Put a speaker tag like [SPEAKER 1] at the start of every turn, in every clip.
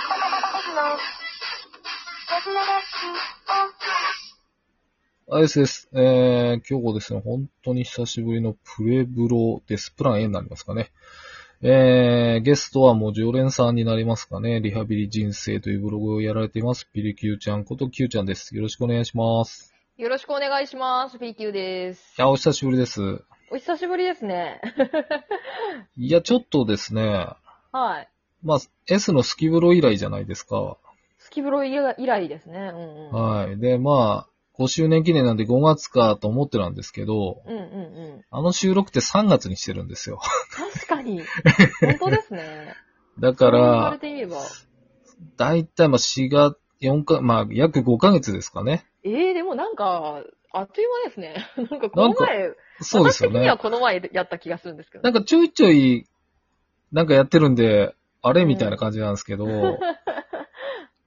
[SPEAKER 1] の、手品レッスンを、
[SPEAKER 2] あですです。えー、今日ですね、本当に久しぶりのプレブロです。プラン A になりますかね。えー、ゲストはもう常連さんになりますかね。リハビリ人生というブログをやられています。ピリキューちゃんことキューちゃんです。よろしくお願いします。
[SPEAKER 3] よろしくお願いします。PQ です
[SPEAKER 2] い。や、お久しぶりです。
[SPEAKER 3] お久しぶりですね。
[SPEAKER 2] いや、ちょっとですね、
[SPEAKER 3] はい。
[SPEAKER 2] まあ、S のスキブロ以来じゃないですか。
[SPEAKER 3] スキブロ以来ですね。うんうん。
[SPEAKER 2] はい。で、まあ、5周年記念なんで5月かと思ってたんですけど、
[SPEAKER 3] うんうんうん。
[SPEAKER 2] あの収録って3月にしてるんですよ。
[SPEAKER 3] 確 かに。本当ですね。
[SPEAKER 2] だか
[SPEAKER 3] そう言わ
[SPEAKER 2] ら
[SPEAKER 3] れ、てみれば。
[SPEAKER 2] だいたいまあ4月、4か、まあ約5ヶ月ですかね。
[SPEAKER 3] えー、でもなんか、あっという間ですね。 なんかこの前、
[SPEAKER 2] そうですよ
[SPEAKER 3] 私的に
[SPEAKER 2] ね
[SPEAKER 3] は。この前やった気がするんですけど。
[SPEAKER 2] なんかちょいちょい、なんかやってるんで、あれみたいな感じなんですけど、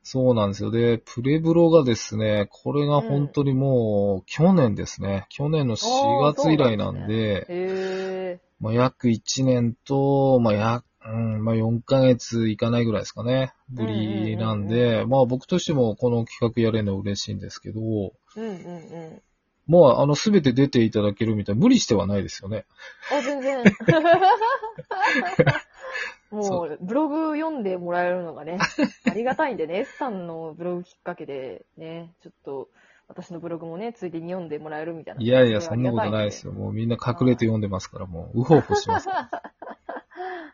[SPEAKER 2] そうなんですよ。で、プレブロがですね、これが本当にもう去年ですね。去年の4月以来なんで、
[SPEAKER 3] え
[SPEAKER 2] まあ約1年と、まあや、うん、まあ4ヶ月いかないぐらいですかね。ぶりなんで、まあ僕としてもこの企画やれるの嬉しいんですけど、
[SPEAKER 3] ー、うんうんうん。
[SPEAKER 2] まあ、あの、すべて出ていただけるみたいな、無理してはないですよね。
[SPEAKER 3] あ、全然。もう、ブログ読んでもらえるのがね、ありがたいんでね、S さんのブログきっかけで、ね、ちょっと、私のブログもね、ついでに読んでもらえるみたいな。
[SPEAKER 2] いやいや、そんなことないですよ。もうみんな隠れて読んでますから、もう、うほうほしてますから。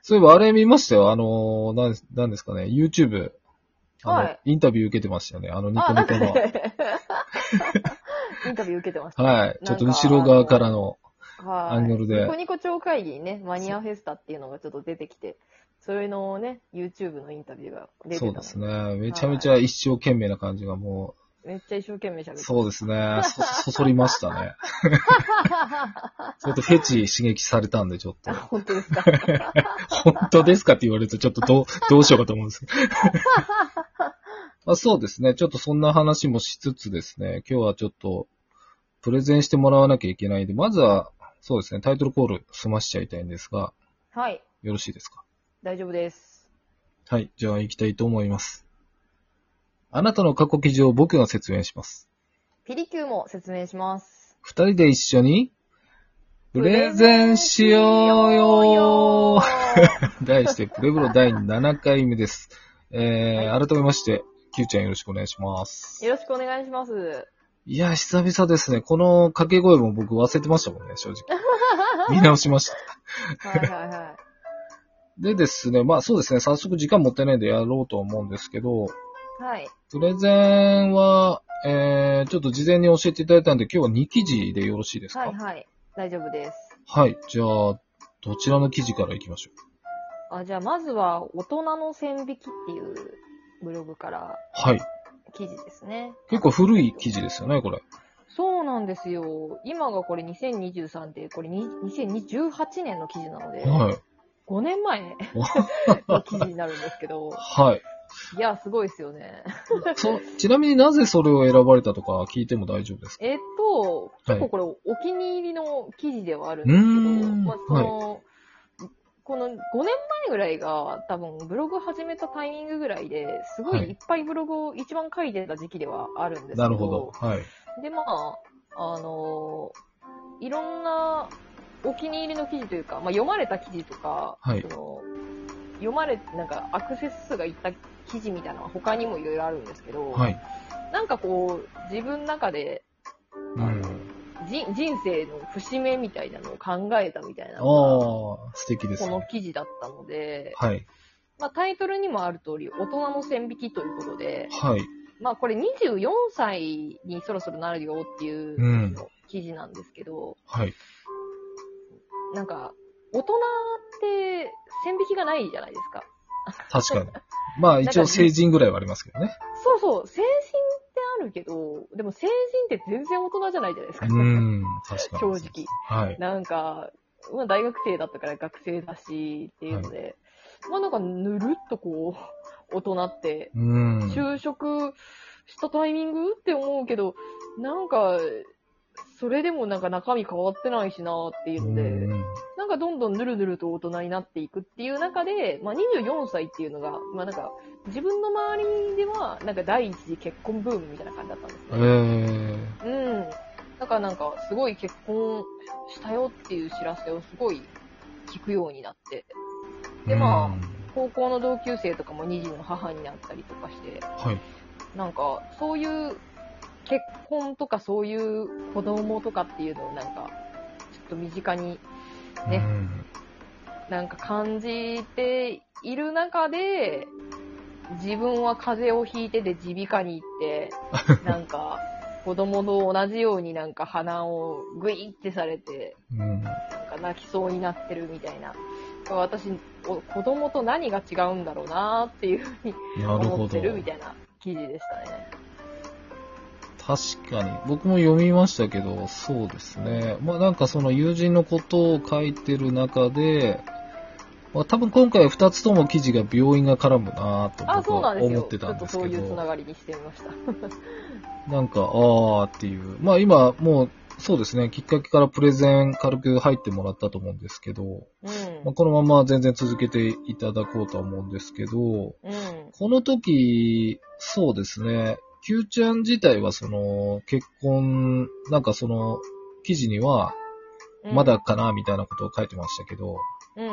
[SPEAKER 2] そういえば、あれ見ましたよ。あの、なんですなんですかね、YouTube。あの、
[SPEAKER 3] はい
[SPEAKER 2] インタビュー受けてましたよね。あの、ニコ
[SPEAKER 3] あ、な
[SPEAKER 2] ニ
[SPEAKER 3] んか
[SPEAKER 2] コの。
[SPEAKER 3] ね、 インタビュー受けてました。
[SPEAKER 2] はい。ちょっと後ろ側からの。
[SPEAKER 3] はい。
[SPEAKER 2] アングルで
[SPEAKER 3] ニコニコ超会議にね、マニアフェスタっていうのがちょっと出てきて、それのね、YouTube のインタビューが出てた
[SPEAKER 2] そ
[SPEAKER 3] の
[SPEAKER 2] うです。ね。めちゃめちゃ一生懸命な感じがも
[SPEAKER 3] めっちゃ一生懸命喋って
[SPEAKER 2] う、
[SPEAKER 3] た
[SPEAKER 2] そうですね。そ、そそりましたね。 ちょっとフェチ刺激されたんで、ちょっと
[SPEAKER 3] あ、。本当ですか。
[SPEAKER 2] 本当ですかって言われると、ちょっとどう、どうしようかと思うんですけど。 まあ、そうですね。ちょっとそんな話もしつつですね、今日はちょっと、プレゼンしてもらわなきゃいけないんで、まずは、そうですね、タイトルコール済ましちゃいたいんですが、
[SPEAKER 3] はい、
[SPEAKER 2] よろしいですか
[SPEAKER 3] 大丈夫です。
[SPEAKER 2] はい、じゃあ行きたいと思います。あなたの過去記事を僕が説明します。
[SPEAKER 3] ピリキューも説明します。
[SPEAKER 2] 二人で一緒に、プレゼンしようよー題して、プレブロ第7回目です。えー、改めまして、キューちゃんよろしくお願いします。
[SPEAKER 3] よろしくお願いします。
[SPEAKER 2] いや、久々ですね。この掛け声も僕忘れてましたもんね、 正直。見直しました。
[SPEAKER 3] はいはいは
[SPEAKER 2] でですね、まあそうですね、早速時間持ってないんでやろうと思うんですけど、
[SPEAKER 3] い。はい。
[SPEAKER 2] プレゼンは、えー、ちょっと事前に教えていただいたんで、今日は2記事でよろしいですか
[SPEAKER 3] はいはい。大丈夫です。
[SPEAKER 2] はい。じゃあ、どちらの記事からいきましょう。
[SPEAKER 3] あ、じゃあまずは、大人の線引きっていうブログから
[SPEAKER 2] はい。
[SPEAKER 3] 記事ですね。
[SPEAKER 2] 結構古い記事ですよね、これ。
[SPEAKER 3] そうなんですよ。今がこれ2023で、これに2028年の記事なので、
[SPEAKER 2] はい。
[SPEAKER 3] 5年前の記事になるんですけど、
[SPEAKER 2] はい。
[SPEAKER 3] いや、すごいですよね。
[SPEAKER 2] そちなみになぜそれを選ばれたとか聞いても大丈夫ですか
[SPEAKER 3] えっと、結構これ、お気に入りの記事ではあるんですけ
[SPEAKER 2] うー
[SPEAKER 3] ど、
[SPEAKER 2] ん
[SPEAKER 3] まあ、その、この5年前ぐらいが、多分ブログ始めたタイミングぐらいですご
[SPEAKER 2] はいい
[SPEAKER 3] いっぱいブログを一番書いてた時期ではあるんですけど、
[SPEAKER 2] なるほど。はい。
[SPEAKER 3] で、まあ、あの、いろんなお気に入りの記事というか、まあ、読まれた記事とか、
[SPEAKER 2] はい
[SPEAKER 3] その読まれ、なんかアクセス数がいった記事みたいなのは他にもいろいろあるんですけど、
[SPEAKER 2] はい。
[SPEAKER 3] なんかこう、自分の中で、
[SPEAKER 2] うん
[SPEAKER 3] 人人生の節目みたいなのを考えたみたいなのが、
[SPEAKER 2] ああ、素敵です
[SPEAKER 3] この
[SPEAKER 2] ね。
[SPEAKER 3] 記事だったので、
[SPEAKER 2] はい。
[SPEAKER 3] まあ、タイトルにもある通り、大人の線引きということで、
[SPEAKER 2] はい。
[SPEAKER 3] まあこれ24歳にそろそろなるよっていう
[SPEAKER 2] うん
[SPEAKER 3] 記事なんですけど、
[SPEAKER 2] はい。
[SPEAKER 3] なんか、大人って線引きがないじゃないですか。
[SPEAKER 2] 確かに。まあ一応成人ぐらいはありますけどね。
[SPEAKER 3] そうそう、成人ってあるけど、でも成人って全然大人じゃないじゃないです
[SPEAKER 2] う
[SPEAKER 3] か。
[SPEAKER 2] ん、確かに。
[SPEAKER 3] 正直。。
[SPEAKER 2] はい。
[SPEAKER 3] なんか、まあ、大学生だったから学生だしっていうので、まあなんかぬるっとこう、大 人って、
[SPEAKER 2] うん。
[SPEAKER 3] 就職したタイミングって思うけど、なんか、それでもなんか中身変わってないしなーっていううんので、
[SPEAKER 2] うん
[SPEAKER 3] なんかどんどんぬるぬると大人になっていくっていう中で、まあ、24歳っていうのが、まあ、なんか自分の周りではなんか第一次結婚ブームみたいな感じだったんです
[SPEAKER 2] え
[SPEAKER 3] ね。
[SPEAKER 2] ー、
[SPEAKER 3] うん。だからなんかすごい結婚したよっていう知らせをすごい聞くようになって、でまあ
[SPEAKER 2] うん
[SPEAKER 3] 高校の同級生とかも2児の母になったりとかして、
[SPEAKER 2] はい。
[SPEAKER 3] なんか、そういう結婚とかそういう子供とかっていうのをなんか、ちょっと身近にね
[SPEAKER 2] うん
[SPEAKER 3] なんか感じている中で、自分は風邪をひいてて耳鼻科に行って、 なんか、子供と同じようになんか鼻をグイってされて、
[SPEAKER 2] うん。
[SPEAKER 3] なんか泣きそうになってるみたいな。私、お子供と何が違うんだろうなっていうふうに
[SPEAKER 2] なる
[SPEAKER 3] 思
[SPEAKER 2] ほ
[SPEAKER 3] って
[SPEAKER 2] ど。
[SPEAKER 3] るみたいな記事でしたね。
[SPEAKER 2] 確かに。僕も読みましたけど、そうですね。まあなんかその友人のことを書いてる中で、まあ多分今回2つとも記事が病院が絡むなぁと
[SPEAKER 3] あ、
[SPEAKER 2] 僕
[SPEAKER 3] そうな
[SPEAKER 2] は
[SPEAKER 3] んです
[SPEAKER 2] 思
[SPEAKER 3] よ。
[SPEAKER 2] って
[SPEAKER 3] ち
[SPEAKER 2] た
[SPEAKER 3] ょ
[SPEAKER 2] ん
[SPEAKER 3] っ
[SPEAKER 2] で
[SPEAKER 3] と
[SPEAKER 2] す
[SPEAKER 3] そう
[SPEAKER 2] け
[SPEAKER 3] いうつな
[SPEAKER 2] ど、
[SPEAKER 3] がりにしてみました。
[SPEAKER 2] なんか、あーっていう。まあ今もう、そうですね、きっかけからプレゼン軽く入ってもらったと思うんですけど、 まあ、このまま全然続けていただこうとは思うんですけど、
[SPEAKER 3] うん。うん。
[SPEAKER 2] この時、そうですね、Q ちゃん自体はその、結婚、なんかその、記事には、
[SPEAKER 3] うん
[SPEAKER 2] まだ、かな、みたいなことを書いてましたけど、
[SPEAKER 3] うん。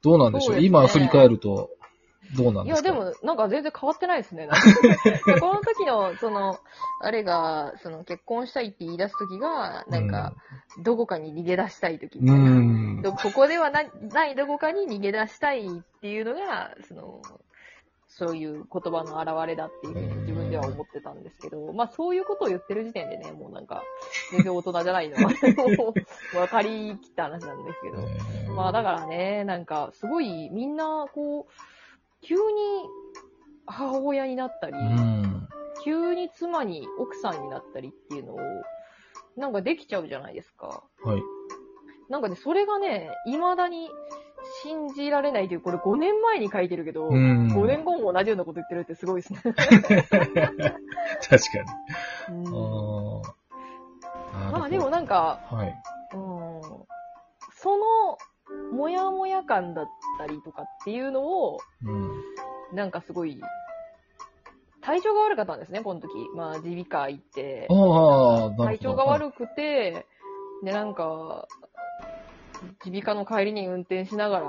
[SPEAKER 2] どうなんでしょう
[SPEAKER 3] そうですね
[SPEAKER 2] 今振り返ると、どうなん
[SPEAKER 3] い
[SPEAKER 2] です
[SPEAKER 3] や、
[SPEAKER 2] か
[SPEAKER 3] で、も、なんか全然変わってない ですね。なんかこの時の、その、あれが、その、結婚したいって言い出す時が、なんか、どこかに逃げ出したい時み
[SPEAKER 2] う
[SPEAKER 3] たいな。
[SPEAKER 2] ん、うん。
[SPEAKER 3] どここではなないどこかに逃げ出したいっていうのが、その、そういう言葉の表れだっていうふうに自分では思ってたんですけど、まあそういうことを言ってる時点でね、もうなんか、全然大人じゃないのは、 もう分かりきった話なんですけど。
[SPEAKER 2] えー
[SPEAKER 3] まあだからね、なんかすごいみんなこう、急に母親になったり、
[SPEAKER 2] うん。
[SPEAKER 3] 急に妻に奥さんになったりっていうのを、なんかできちゃうじゃないですか。
[SPEAKER 2] はい。
[SPEAKER 3] なんかね、それがね、未だに信じられないという、これ5年前に書いてるけど、
[SPEAKER 2] うん。
[SPEAKER 3] 5年後も同じようなこと言ってるってすご いですね。
[SPEAKER 2] 確かに。
[SPEAKER 3] う
[SPEAKER 2] あ
[SPEAKER 3] ん
[SPEAKER 2] あ。
[SPEAKER 3] まあでも
[SPEAKER 2] なる
[SPEAKER 3] なんか、
[SPEAKER 2] ほど、はい。
[SPEAKER 3] うん、その、もやもや感だったりとかっていうのを、
[SPEAKER 2] うん。
[SPEAKER 3] なんかすごい、体調が悪かったんですね、この時。まあ、耳鼻科行って。
[SPEAKER 2] ああ、なるほど。
[SPEAKER 3] 体調が悪くて、で、なんか、耳鼻科の帰りに運転しながら、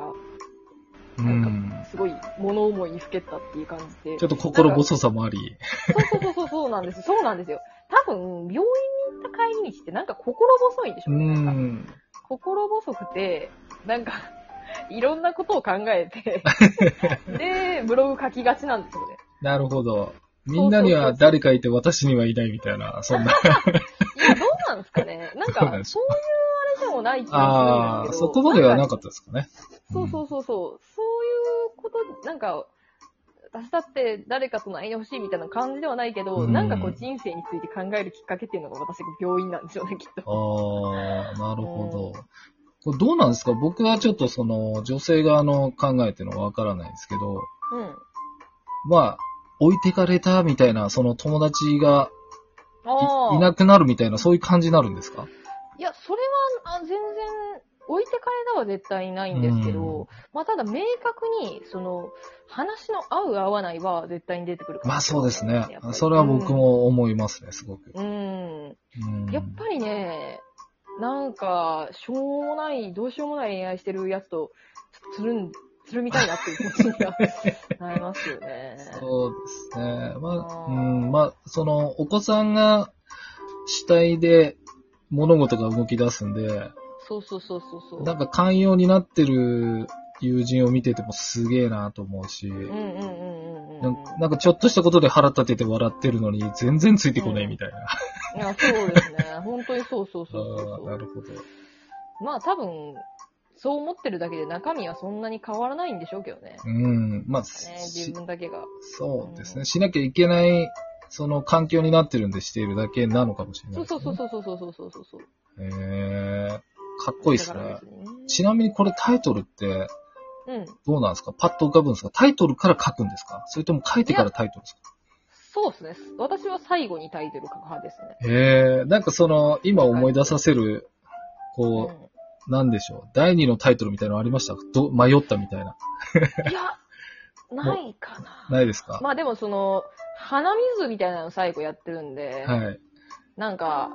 [SPEAKER 2] う
[SPEAKER 3] なん
[SPEAKER 2] ん。
[SPEAKER 3] すごい物思いにふけったっていう感じで。
[SPEAKER 2] ちょっと心細さもあり。
[SPEAKER 3] そうそうそうそうなんです。そうなんですよ。多分、病院に行った帰り道ってなんか心細いんでしょ
[SPEAKER 2] う
[SPEAKER 3] うね。なんか
[SPEAKER 2] ん。
[SPEAKER 3] 心細くて、なんか、いろんなことを考 えて、で、ブログ書きがちなんですよね。
[SPEAKER 2] なるほど。
[SPEAKER 3] う
[SPEAKER 2] みんなには誰かいて私にはいないみたいな、そんな。
[SPEAKER 3] いや、どうなんです かね。なん
[SPEAKER 2] そうなん
[SPEAKER 3] か、
[SPEAKER 2] です
[SPEAKER 3] そういうあれでもない気
[SPEAKER 2] あ
[SPEAKER 3] がするんです け
[SPEAKER 2] あ、
[SPEAKER 3] ど。
[SPEAKER 2] そこまではなか
[SPEAKER 3] っ
[SPEAKER 2] ったですかね。
[SPEAKER 3] た。そうそうそうそう。そういうこと、なんか、私だって誰かと泣いてほしいみたいな感じではないけど、
[SPEAKER 2] うん
[SPEAKER 3] なんかこう人生について考えるきっかけっていうのが私が病院なんでしょうね、きっと。
[SPEAKER 2] ああ、なる
[SPEAKER 3] うん
[SPEAKER 2] ほど。これどうなんですか僕はちょっとその、女性側の考えっていうのはわからないんですけど、
[SPEAKER 3] うん。
[SPEAKER 2] まあ、置いてかれたみたいな、その友達が
[SPEAKER 3] ああ。
[SPEAKER 2] いいなくなるみたいな、そういう感じになるんですか
[SPEAKER 3] いや、それは、あ全然、置いてかれたは絶対ないんですけど、
[SPEAKER 2] うん
[SPEAKER 3] まあ、ただ明確に、その、話の合う合わないは絶対に出てくるかも
[SPEAKER 2] まあそうですね
[SPEAKER 3] やっぱ。り
[SPEAKER 2] それは僕も思いますね、すごく。
[SPEAKER 3] うん。
[SPEAKER 2] うん
[SPEAKER 3] やっぱりね、なんか、しょうもない、どうしようもない恋愛してるやつと、つつるん、 つるみたいなっていう気持ちにはなりますよね。
[SPEAKER 2] そうですね。まあ、う
[SPEAKER 3] う
[SPEAKER 2] んん、まあ、その、お子さんが主体で物事が動き出すんで、
[SPEAKER 3] そうそうそうそうそう。
[SPEAKER 2] なんか寛容になってる友人を見ててもすげえなと思うし、
[SPEAKER 3] うんうんうんうんうんうん。
[SPEAKER 2] なんかなんかちょっとしたことで腹立てて笑ってるのに全然ついてこないみたいな。
[SPEAKER 3] いや、そうですね。本当にそうそうそうそう
[SPEAKER 2] あ
[SPEAKER 3] そ
[SPEAKER 2] ー
[SPEAKER 3] う。
[SPEAKER 2] なるほど。
[SPEAKER 3] まあ多分、そう思ってるだけで中身はそんなに変わらないんでしょうけどね。
[SPEAKER 2] うん、まあ、
[SPEAKER 3] ね
[SPEAKER 2] し
[SPEAKER 3] 自分だけが。
[SPEAKER 2] そうですね。しなきゃいけない、その環境になってるんでしているだけなのかもしれない
[SPEAKER 3] そ
[SPEAKER 2] で
[SPEAKER 3] う
[SPEAKER 2] すね、
[SPEAKER 3] そうそうそうそうそうそうそうそう。
[SPEAKER 2] へえかっこいいです
[SPEAKER 3] だから
[SPEAKER 2] ね
[SPEAKER 3] 別。にね
[SPEAKER 2] ちなみにこれタイトルって
[SPEAKER 3] うん。
[SPEAKER 2] どうなんですかパッと浮かぶんですかタイトルから書くんですかそれとも書いてからタイトルです
[SPEAKER 3] そうですね。私は最後にタイトル書く派ですね。
[SPEAKER 2] へえ、なんかその、今思い出させる、こ
[SPEAKER 3] うん
[SPEAKER 2] う、なんでしょう。第二のタイトルみたいなのありましたど迷ったみたいな。
[SPEAKER 3] いや、ないかな。
[SPEAKER 2] ないですか
[SPEAKER 3] まあでもその、鼻水みたいなの最後やってるんで、
[SPEAKER 2] はい。
[SPEAKER 3] なんか、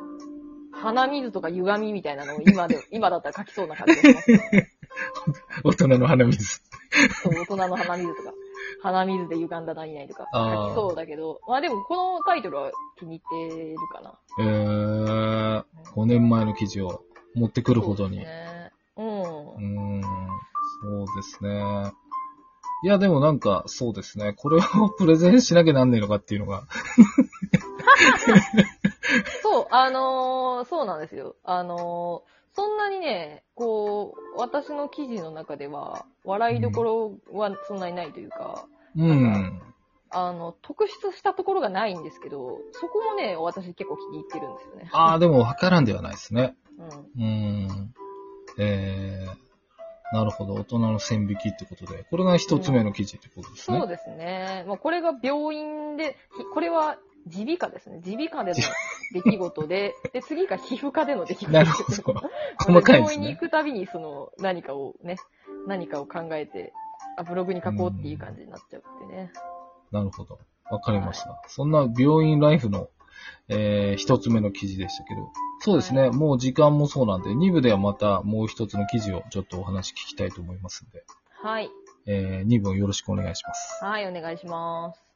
[SPEAKER 3] 鼻水とか歪みみたいなのを 今で、今だったら書きそうな感じがしますね。
[SPEAKER 2] 大人の鼻水。
[SPEAKER 3] そう、大人の鼻水とか、鼻水で歪んだ何々とか
[SPEAKER 2] あー
[SPEAKER 3] 書きそうだけど、まあでもこのタイトルは気に入ってるかな。
[SPEAKER 2] えー、5年前の記事を持ってくるほどに。う,、
[SPEAKER 3] そうですね。うん。
[SPEAKER 2] ん、そうですね。いや、でもなんか、そうですね。これを プレゼンしなきゃなんねえのかっていうのが。
[SPEAKER 3] そう、あのーそうなんですよ。あのーそんなにね、こう、私の記事の中では、笑いどころはそんなにないというか、
[SPEAKER 2] うん。
[SPEAKER 3] あの、特筆したところがないんですけど、そこもね、私結構気に入ってるんですよね。
[SPEAKER 2] ああ、でもわからんではないですね。
[SPEAKER 3] うん。
[SPEAKER 2] うん。えー、なるほど。大人の線引きってことで。これが一つ目の記事ってことですね。
[SPEAKER 3] そうですね。まあ、これが病院で、ひこれは耳鼻科ですね。耳鼻科で の出来事で、で、次が皮膚科での出来事。
[SPEAKER 2] なるほど。 細かいです
[SPEAKER 3] 病院に
[SPEAKER 2] ね
[SPEAKER 3] 行。くたびに、その、何かをね、何かを考えて、あ、ブログに書こうっていう感じになっちゃうってね。
[SPEAKER 2] なるほど。わかりました。そんな病院ライフの、えー一つ目の記事でしたけど、そうですね、
[SPEAKER 3] は
[SPEAKER 2] もう時間もそうなんで、2部ではまたもう一つの記事をちょっとお話聞きたいと思いますんで、
[SPEAKER 3] はい。
[SPEAKER 2] え2部をよろしくお願いします。
[SPEAKER 3] はい、お願いします。